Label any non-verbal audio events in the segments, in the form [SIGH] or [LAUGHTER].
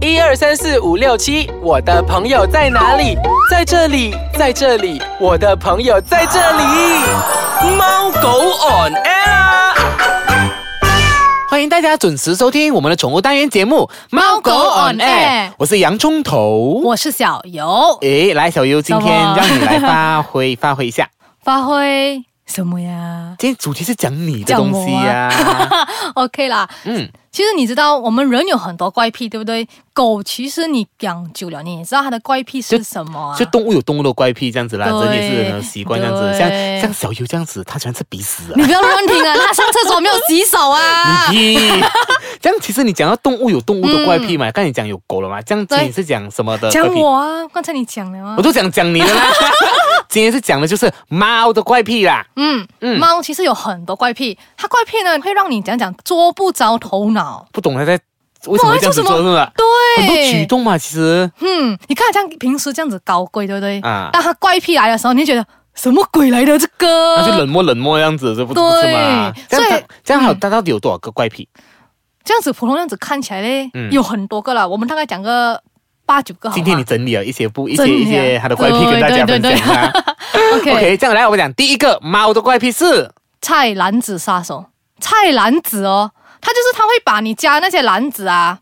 一二三四五六七，我的朋友在哪里？在这里，在这里，我的朋友在这里。猫狗 on air 啊。欢迎大家准时收听我们的宠物单元节目《猫狗 on on air air》，我是洋葱头。我是小游，诶，来，小优，今天怎么让你来发挥发挥一 [LAUGHS] 下。发挥什么呀今天主题是讲你的东西呀、 [LAUGHS] 啊？OK 啦， [LAUGHS] 嗯，其实你知道我们人有很多怪癖，对不对？狗其实你养久了，你也知道它的怪癖是什么啊就？动物有动物的怪癖这样子啦，对人也是人的习惯这样子。像对像小优这样子，他喜欢吃鼻屎啊你。不要乱听啊！它上厕所没有洗手 [LAUGHS] 啊！你屁！这样其实你讲到动物有动物的怪癖嘛，刚才你讲有狗了嘛，这样子对你是讲什么的怪嗯讲癖？我啊，刚才你讲了啊我。都讲讲你的 [LAUGHS] 啦。今天是讲的就是猫的怪癖啦。嗯嗯猫其实有很多怪癖，它怪癖呢会让你讲讲捉不着头脑。不懂他在为什么会这样子做，是吧？很多举对，动嘛，其实嗯，你看像平时这样子高贵，对不对？啊，当它怪癖来的时候，你就觉得什么鬼来的这个？那就冷漠冷漠这样子，这不不是吗？对这样所他以这样好，嗯他到底有多少个怪癖？这样子普通样子看起来嘞，嗯有很多个了，我们大概讲个八九个好吗。今天你整理了一些不一些哦整理一啊些他的怪癖跟大家分享啊。 [LAUGHS] OK OK，这样来我们讲第一个猫的怪癖是菜篮子杀手，菜篮子哦，他就是他会把你家那些篮子啊，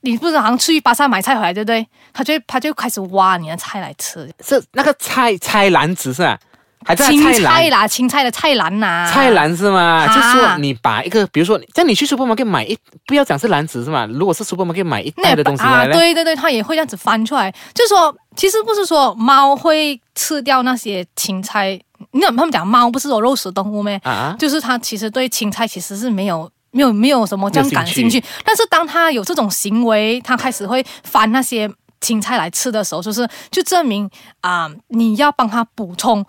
你不是好像去巴萨买菜回来对不对？他就会他就开始挖你的菜来吃，是那个菜菜篮子是吧？还在青哎菜菜篮。啦，青菜的菜篮呐、菜篮是吗？啊就是说你把一个，比如说，像你去 supermarket 买一，不要讲是篮子是吗？如果是 supermarket 买一袋的东西啊，来呢，对对对，它也会这样子翻出来。就说其实不是说猫会吃掉那些青菜，你怎么他们讲猫不是有肉食动物咩？啊，就是他其实对青菜其实是没有。没有没有什么这样感兴没有兴趣，但是当他有这种行为，他开始会翻那些青菜来吃的时候，就是就证明啊、你要帮他补充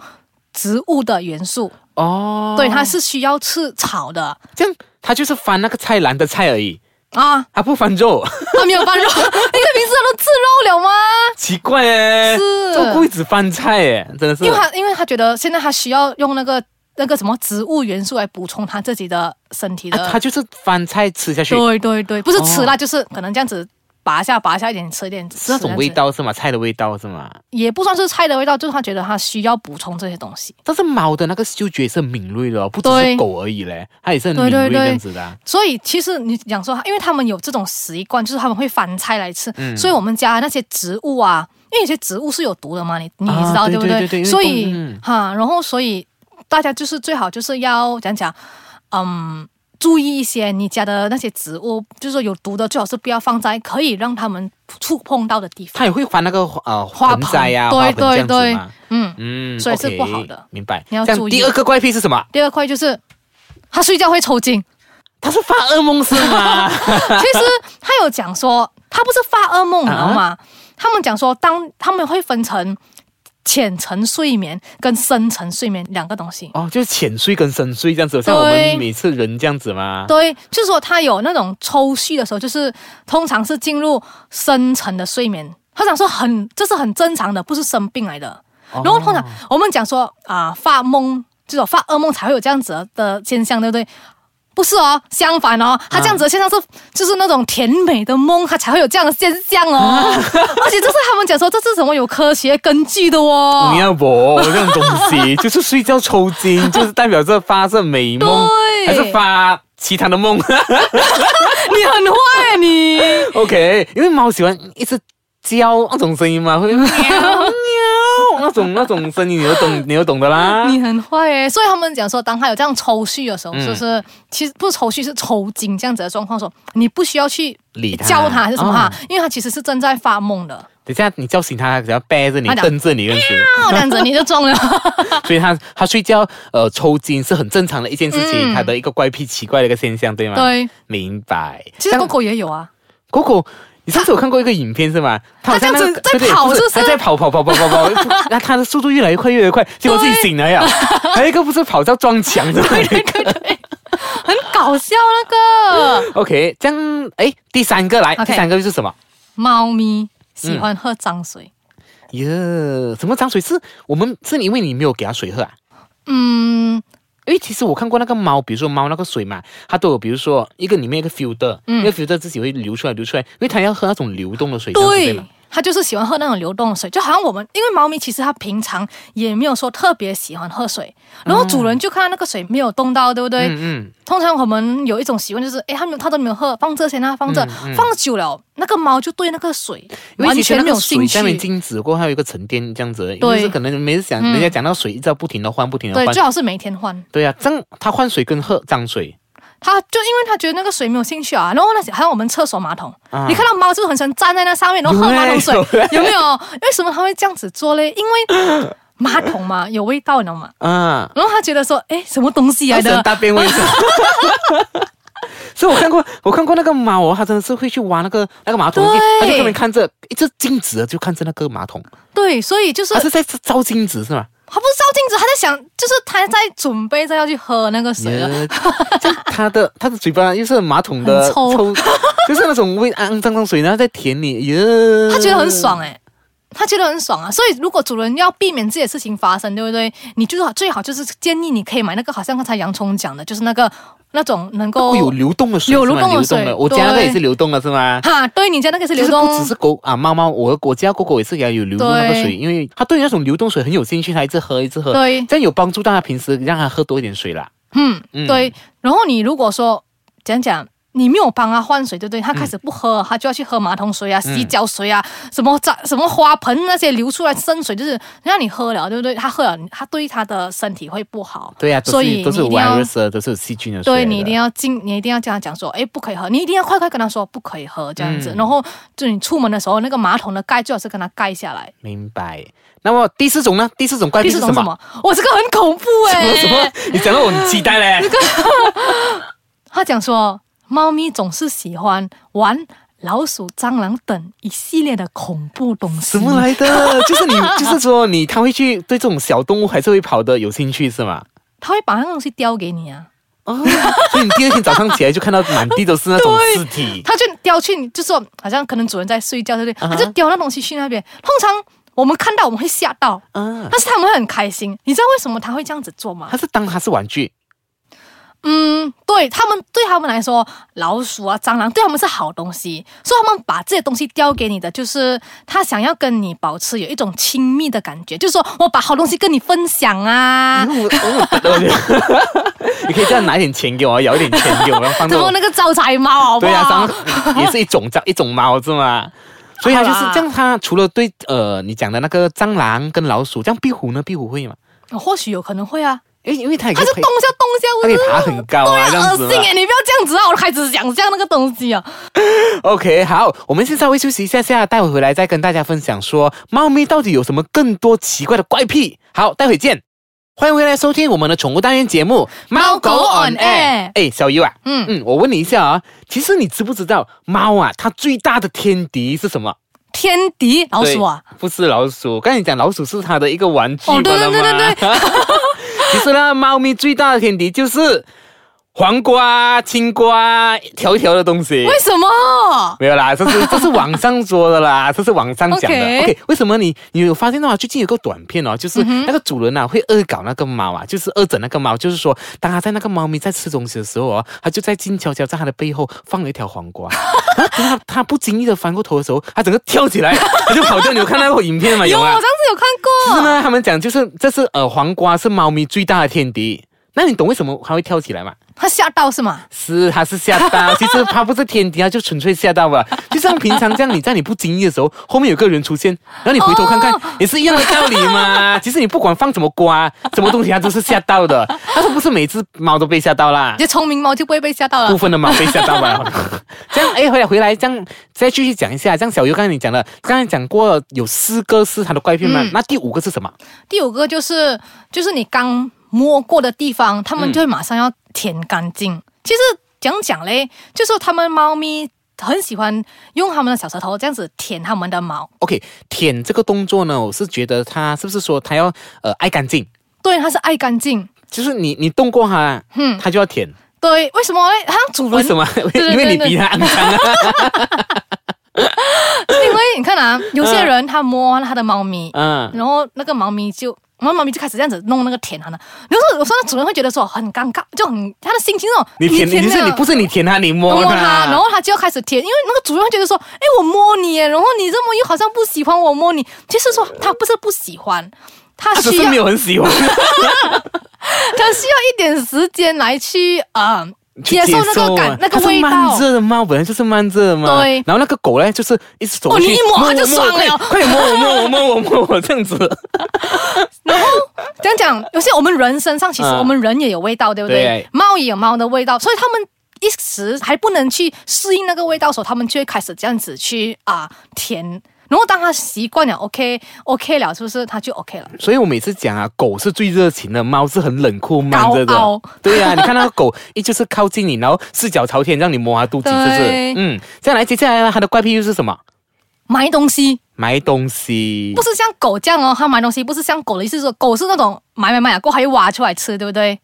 植物的元素，哦，对，他是需要吃 [LAUGHS] 草的这样，他就是翻那个菜篮的菜而已，啊，他不翻肉， [LAUGHS] 他没有翻肉，那个名字他都吃肉了吗？奇怪哎，是做柜子翻菜哎，真的是因为他因为他觉得现在他需要用那个那个什么植物元素来补充他自己的身体的，啊他就是翻菜吃下去，对对对，不是吃啦，就是可能这样子拔一下拔一下一点哦吃一点，是那种味，道是吗？菜的味道是吗？也不算是菜的味道，就是他觉得他需要补充这些东西，但是猫的那个嗅觉是很敏锐的哦，不只是对狗而已嘞，它也是很敏对锐对这对样子的啊。所以其实你讲说，因为他们有这种习惯，就是他们会翻菜来吃，嗯所以我们家那些植物啊，因为有些植物是有毒的嘛，你你啊知道、对不对对对因为所动以物嗯哈、然后所以大家就是最好就是要讲讲，嗯。注意一些你家的那些植物，就是说有毒的，最好是不要放在可以让他们触碰到的地方。它也会翻那个呃花盆栽呀、盆花盆这样子对对嘛对。嗯，嗯，所以是 OK，不好的明白。你要这样注意第二个怪癖是什么？第二块就是他睡觉会抽筋。他是发噩梦是 [LAUGHS] 吗？其实他有讲说，他不是发噩梦，你知道吗？他们讲说，当他们会分成浅层睡眠跟深层睡眠两个东西。哦，就是浅睡跟深睡这样子，像我对们每次人这样子嘛。对，就是说他有那种抽蓄的时候，就是通常是进入深层的睡眠。他讲说很，这是很正常的，不是生病来的。哦然后通常我们讲说啊、发梦这种发噩梦才会有这样子的现象，对不对？不是哦，相反哦，他这样子的现象是、就是那种甜美的梦，他才会有这样的现象哦。啊 [LAUGHS] 而且这是他们讲说这是什么有科学根据的哦。 [LAUGHS] 你要我这种东西，就是睡觉抽筋，就是代表着发这美梦，对还是发其他的梦 [LAUGHS] 你很坏你。 ？OK，因为猫喜欢一直叫那种声音嘛，会喵喵那种那种声音，你都 [LAUGHS] 懂，你都懂的啦。你很坏耶！所以他们讲说，当他有这样抽蓄的时候，啊嗯就是其实不是抽蓄，是抽筋这样子的状况的时候，你不需要去理它教他还是什么哈，哦因为他其实是正在发 [LAUGHS] 梦的，等一下你叫醒它，它只要背着你它，讲瞪着你认识。啊，这样子你就中了。 [LAUGHS] 所以他他睡觉呃抽筋是很正常的一件事情，嗯他的一个怪癖奇怪的一个现象，对吗？，对，明白。其实狗狗也有啊，狗狗，你上次有看过一个影片是 [LAUGHS] 吗？它好像那个它这样子在对对跑不是不是它在跑跑跑跑跑跑， [LAUGHS] 那它的速度越来越快越来越快，结果自己醒来呀。还有一个不是跑到撞墙 [LAUGHS] 的那个。很搞笑那个 OK，这样哎，第三个来， OK 第三个就是什么？猫咪喜欢喝脏水。耶，什么脏水是我们是因为你没有给它水喝啊？嗯，因为其实我看过那个猫，比如说猫那个水嘛，它都有，比如说一个里面有一个 filter，、那个嗯 filter 自己会流出来，流出来，因为它要喝那种流动的水，这样子对对吗？，它就是喜欢喝那种流动的水，就好像我们，因为猫咪其实它平常也没有说特别喜欢喝水，然后主人就看到那个水没有动到，对不对？嗯通常我们有一种习惯就是，哎，它没有，它都没有喝，放这先啊，放这，放久了，那个猫就对那个水因为完其实全那没个有水兴下面趣。静止过后，还有一个沉淀这样子，就对是可能每次讲、人家讲到水，一直要不停的换，不停的对，换最，好是每天换。对呀、啊，脏它换水跟喝脏水，它就因为它觉得那个水没有兴趣啊，然后那些还有我们厕所马桶，啊你看到猫就是很喜欢站在那上面，然后喝有欸马桶 [LAUGHS] 水，有欸有没有？为什么它会这样子做嘞？因为马桶嘛有味道，你知道吗？啊，然后他觉得说，哎，什么东西来它喜欢的？大便卫生。 [LAUGHS] 所以我看过，我看过那个猫哦，它真的是会去挖那个那个马桶，对它就那边看着，一直静止的就看着那个马桶，对，所以就是它是在照镜子是吗？他不是照镜子，他在想，就是他在准备再要去喝那个水了。耶就它的它的嘴巴又是马桶的很臭就是那种味肮肮脏脏水，然后在舔你，耶、他觉得很嗯爽哎、他觉得很爽啊。所以如果主人要避免这些事情发生，对不对？你就是最好就是建议你可以买那个，好像刚才洋葱讲的，就是那个那种能够会有流动的水是吗，有流动的水流我家那个也是流动的是吗？哈，对你家那个是流就是不动只是狗啊，猫猫，我我家狗狗也是给它有流动那个水，对因为它对那种流动水很有兴趣，它一直喝一直喝，对这样有帮助到它平时让它喝多一点水啦。嗯，嗯对。然后你如果说讲讲。你没有帮他换水，对不对？他开始不喝，他就要去喝马桶水啊、洗脚水啊、什么脏、什么花盆那些流出来生水，就是让你喝了，对不对？他喝了，他对他的身体会不好。对呀、啊，都所是以都是有你一定要 virus 的，都是有细菌的水来的。对你一定要进，你一定要这样讲说，哎，不可以喝，你一定要快快跟他说不可以喝这样嗯子。然后就你出门的时候，那个马桶的盖最好是跟他盖下来。明白。那么第四种呢？第四种怪第癖是四种什什么？么？我这个很恐怖 [LAUGHS] 哎、什么？ [LAUGHS] 你讲到我很期待嘞。他讲说，猫咪总是喜欢玩老鼠、蟑螂等一系列的恐怖东西。什么来的？就是你， [LAUGHS] 就是说你，它会去对这种小动物还是会跑的有兴趣是 [LAUGHS] 吗？他会把那个东西叼给你啊，哦，所以你第二天早上起来就看到满地都是那种尸体。他就叼去你，就说好像可能主人在睡觉，对不对？啊哈他就叼那东西去那边。通常我们看到我们会吓到，啊，但是他们会很开心。你知道为什么他会这样子做吗它？是当它是玩具。嗯，对他们对他们来说，老鼠啊、蟑螂对他们是好东西，所以他们把这些东西叼给你的，就是他想要跟你保持有一种亲密的感觉，就是说我把好东西跟你分享啊。我我我， [LAUGHS] 你可以这样拿一点钱给我，咬一点钱给我，然后放怎到么我。那个招财猫，好不对好？呀、啊，然后也是一种蟑一种猫是吗？所以它就是好啦这样，它除了对呃你讲的那个蟑螂跟老鼠，这样壁虎呢？壁虎会吗？或许有可能会啊，因为因为它也它可以就动一下动一下，它可以爬很高啊，这啊对啊，样恶子心嘛。哎、你不要这样子啊！我都开始想象那个东西啊， OK，好，我们先稍微休息一下下，待会回来再跟大家分享说猫咪到底有什么更多奇怪的怪癖。好，待会见。欢迎回来收听我们的宠物单元节目《猫狗 on air 哎，小优啊，嗯，嗯，我问你一下啊，其实你知不知道猫啊，它最大的天敌是什么？天敌老鼠啊，对，不是老鼠。刚才你讲老鼠是它的一个玩具哦对罢了对对嘛 [LAUGHS] 其实呢，猫咪最大的天敌就是黄瓜、青瓜，一条一条的东西。为什么？没有啦， [LAUGHS] 这是这是网上说的啦， [LAUGHS] 这是网上讲的。 OK 嗯 OK，为什么你你有发现到啊？最近有个短片哦，就是那个主人啊会恶搞那个猫啊，就是恶整那个猫，就是说当他在那个猫咪在吃东西的时候哦，他就在静悄悄在它的背后放了一条黄瓜， [LAUGHS] 然后等他他不经意的翻过头的时候，他整个跳起来， [LAUGHS] 他就跑掉。你有看到那个影片吗？有，有我啊上。次有看就是过。呢，他们讲就是这是呃黄瓜是猫咪最大的天敌。那你懂为什么它会跳起来吗？它吓到是吗？是，它是吓到，啊其实它不是天敌，啊它就纯粹吓到了。就像平常这样，你在你不经意的时候，后面有个人出现，然后你回头看看，也是一样的道理嘛。其实你不管放什么瓜、什么东西，它都是吓到的。但是不是每只猫都被吓到啦你？这聪明猫就不会被吓到了部。分的猫被吓到了。这样，哎，回来回来，这样再继续讲一下。这样，小优刚才你讲了，刚才讲过有四个是它的怪癖嘛，那第五个是什么？第五个就是就是你刚摸过的地方，他们就会马上要舔干净。其实讲讲嘞，就是他们猫咪很喜欢用它们的小舌头这样子舔它们的毛， OK，舔这个动作呢，我是觉得它是不是说它要呃爱干净，对，它是爱干净。就是你你动过它，嗯，它就要舔，对，为什么啊嘞？好像主人为什么？对 [LAUGHS] 因为你对比它肮脏 [LAUGHS] 啊。因为你看啊，有些人他摸他的猫咪，嗯，然后那个猫咪就然后妈咪就开始这样子弄那个舔它呢。然后我说那主人会觉得说很尴尬，就很他的心情那种你舔，你那是个你不是你舔它，你我摸摸它，它，然后它就要开始舔，因为那个主人会觉得说，哎，我摸你耶，然后你这么又好像不喜欢我摸你，其实说他不是不喜欢，他它只需啊是要没有很喜 [LAUGHS] 欢。他需要一点时间来去呃去接受那个感啊那个味它是慢道。热的嘛，本来就是慢热的嘛。对然后那个狗呢，就是一直走哦过去，你一摸它就摸我爽了快点摸我，摸我，摸我，摸我，摸我这样 [LAUGHS] 子。讲讲，有些我们人身上其实嗯我们人也有味道，对不对？对猫也有猫的味道，所以他们。一时还不能去适应那个味道的时候，他们就会开始这样子去啊、舔，然后当他习惯了，OK OK 了，是不是他就 OK 了？所以我每次讲啊，狗是最热情的，猫是很冷酷慢热高傲的。对呀、啊，你看那个狗，一就是靠近你，然后四脚朝天，让你摸它肚子，是不对是？嗯，再来，接下来呢，它的怪癖又是什么？买东西买东西不。是像狗这样哦，它买东西不是像狗的意思是说，狗是那种买买买了过后还会挖出来吃，对不对？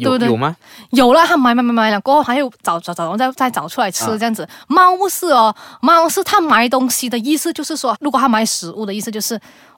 有对不对有吗？有了，他买买买买了过后，还有找找找，然后再再找出来吃啊这样子。猫不是哦，猫是它买东西的意思就是说，如果它买食物的意思就是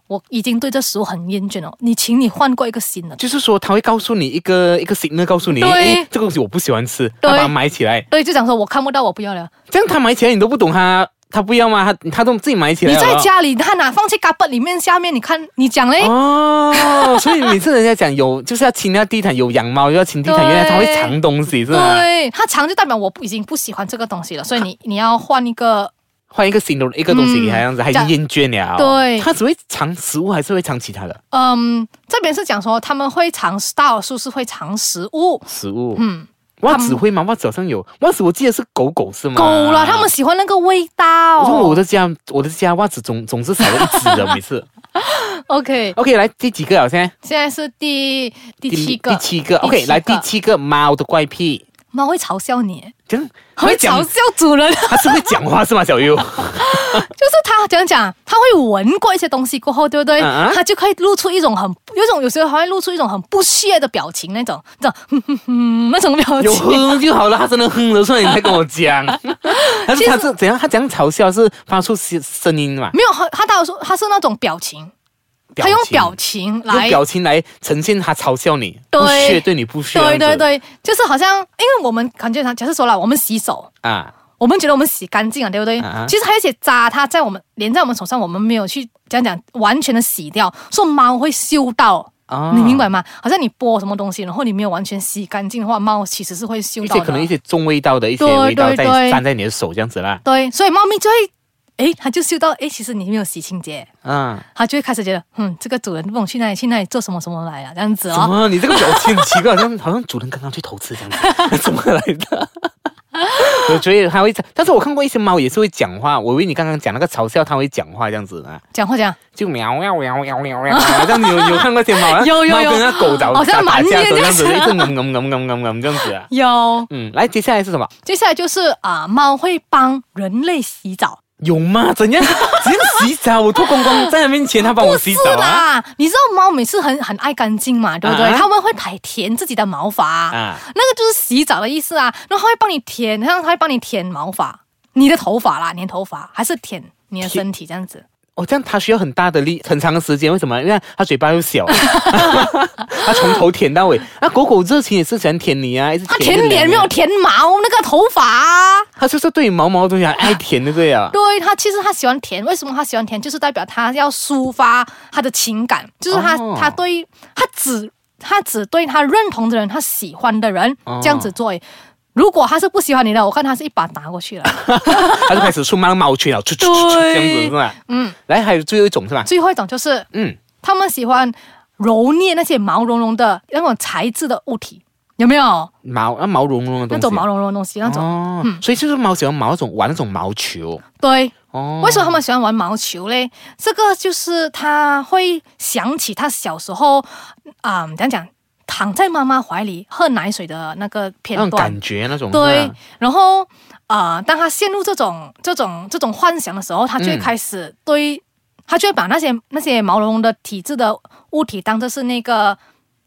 我已经对这食物很厌倦了，你请你换过一个新的。就是说，它会告诉你一个一个 signal，告诉你，对哎，这个东西我不喜欢吃，它把对它埋起来。对，就讲说我看不到，我不要了。这样它埋起来，你都不懂它，它不要吗？它它都自己埋起来你了。在家里看啊，放去嘎巴里面下面，你看你讲嘞，哦，所以每次人家讲有就是要清那地毯，有养猫又要清地毯，对原来它会藏东西是啊吗？对，它长就代表我不已经不喜欢这个东西了，所啊以你你要换一个。换一个新的一个东西嗯给它这样子，它已这样经厌倦了。对它只会藏食物，还是会藏其他的嗯，这边是讲说他们会尝试，大多数是会尝食物，食物？嗯，袜它子们会吗？袜子好像有，袜子我记得是狗狗是吗？狗了，他们。喜欢那个味道。嗯我说我的家，我的家袜子总总是少了一只的，每次。 OK， [LAUGHS] OK，来第几个了？现在现在是第第七个，第七个。OK，来第七个猫的怪癖，猫会嘲笑你，这样它会嘲笑 [LAUGHS] 主人，就它是会讲话是吗？小 [LAUGHS] 优，是它讲讲，它会闻过一些东西过后，对不对？嗯嗯它就可以露出一种很有一种有时候还会露出一种很不屑的表情，那种 [LAUGHS] 那种哼哼哼那种表有情。哼就好了，他真的哼了，所以你才跟我 [LAUGHS] 讲。但是他是怎样？他怎样嘲笑？是发出声声音嘛？没有，它它到时候它是那种表情，它用表情用来，表情来呈现他嘲笑你，对不屑对你不屑，这对对样子对，就是好像，因为我们感觉上，假设说了，我们洗手，啊，我们觉得我们洗干净了，对不对？啊其实还有一些渣，它在我们连在我们手上，我们没有去讲讲完全的洗掉，所以猫会嗅到。哦你明白吗？好像你剥什么东西，然后你没有完全洗干净的话，猫其实是会嗅一到些的。可能一些重味道的一些对味道对在对粘在你的手这样子啦，对，所以猫咪就会，诶，它就嗅到，诶，其实你没有洗清洁，啊。它就会开始觉得，嗯，这个主人不懂去哪里去哪里做什么什么来了，这样子怎 [LAUGHS] 哦。么？你这个表情很奇怪，好像好像主人刚刚去投资这样子， [LAUGHS] 怎么来的？我觉得他会，但是我看过一些猫也是会讲话。我以为你刚刚讲那个嘲笑，它会讲话这样子啊。讲话讲，，就喵喵喵喵喵喵，好像你有有看过天猫啊 [LAUGHS] 有有猫有跟那狗打好像打蛮架的时候虐这样子，这一样直嗯嗯嗯嗯嗯嗯这样子啊。有。嗯，来，接下来是什么？接下来就是啊、猫会帮人类洗澡。有吗？怎样？怎样洗澡？我脱光光在他面前，他帮我洗是澡啊？啦，你知道猫每次很很爱干净嘛，对不对？啊它们会舔舔自己的毛发，啊，那个就是洗澡的意思啊。然后它会帮你舔，然后它会帮你舔毛发，你的头发啦，你的头发还是舔你的身体这样子。哦，这样他需要很大的力，很长的时间。为什么？因为他嘴巴又 [LAUGHS] 小，他从头舔到尾。那狗狗热情也是喜欢舔你啊，一直它舔你舔脸没有？舔毛，那个头发啊，他就是对毛毛的东西很爱舔的，对 [LAUGHS] 啊。对它其实它喜欢舔，为什么它喜欢舔？就是代表它要抒发它的情感，就是它哦它对它只它只对它认同的人，它喜欢的人哦这样子做。如果它是不喜欢你的，我看它是一把打过去了。他就开始出猫毛圈了，出出出这样子是吧？嗯，来，还有最后一种是吧？最后一种就是嗯，他们喜欢揉捏那些毛茸茸的那种材质的物体，有没有？毛啊毛茸茸的东西，那种毛茸茸的东西，那种、嗯哦，所以就是猫喜欢毛那种玩那种毛球对。哦。为什么他们喜欢玩毛球嘞？这个就是他会想起他小时候，啊、怎样讲，躺在妈妈怀里喝奶水的那个片那种段感。觉那种是对吧，然后啊、呃当他陷入这种这种这种幻想的时候，他就会嗯开始对，他就会把那些那些毛茸茸的体质的物体当做是那个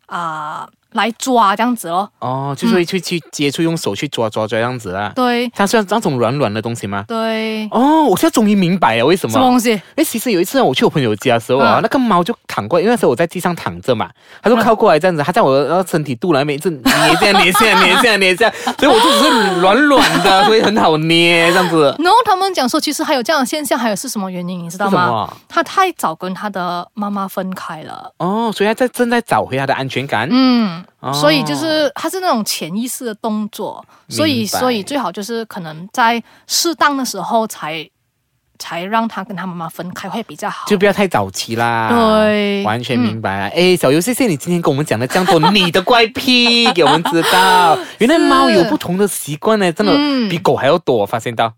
啊、来抓这样子哦。哦，就是会去去接触，用手去抓抓抓这样子啊。对它是那种软软的东西吗？对，哦，我现在终于明白了为什什么么。东西？哎，其实有一次啊我去我朋友家的时候啊，嗯那个猫就躺过来，因为那时候我在地上躺着嘛，它就靠过来这样子，它在我的身体肚腩那边一直捏这样捏这样捏这样捏这样，所以我就只是软软的，所以很好捏这样 [LAUGHS] 子。然后他们讲说，其实还有这样的现象，还有是什么原因？你知道是什吗么？啊他太早跟他的妈妈分开了，哦，所以它在正在找回它的安全感。嗯，哦所以就是他是那种潜意识的动作，所以明白所以最好就是可能在适当的时候才才让他跟他妈妈分开会比较好。就不要太早期啦。对嗯完全明白了。哎、小游，谢谢你今天跟我们讲了这样多你的怪癖，给我们知道，原来猫有不同的习惯呢，真的嗯比狗还要多，我发现到，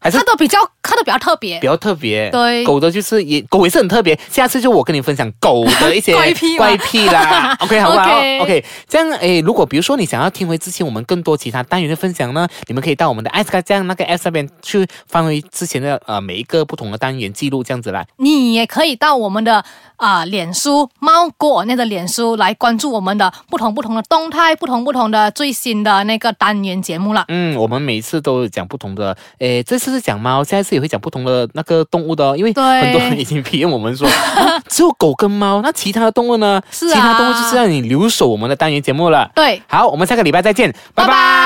还是他都比较，他都比较特别比。较特别。对狗的就是也狗也是很特别。下次就我跟你分享狗的一些 [LAUGHS] 怪癖吗怪癖 [LAUGHS] 啦。OK，好不好 OK ？OK，这样诶，如果比如说你想要听回之前我们更多其他单元的分享呢，你们可以到我们的艾斯卡这样那个 App 上面去翻回之前的呃每一个不同的单元记录这样子啦。你也可以到我们的啊、脸书猫果那个脸书来关注我们的不同不同的动态，不同不同的最新的那个单元节目了。嗯，我们每次都有讲不同的，诶，这次是讲猫，下一次也会讲不同的那个动物的哦，因为对很多人已经批评我们说、 [LAUGHS] 啊只有狗跟猫，那其他的动物呢？是啊其他动物就是让你留守我们的单元节目了。对，好，我们下个礼拜再见，拜拜拜拜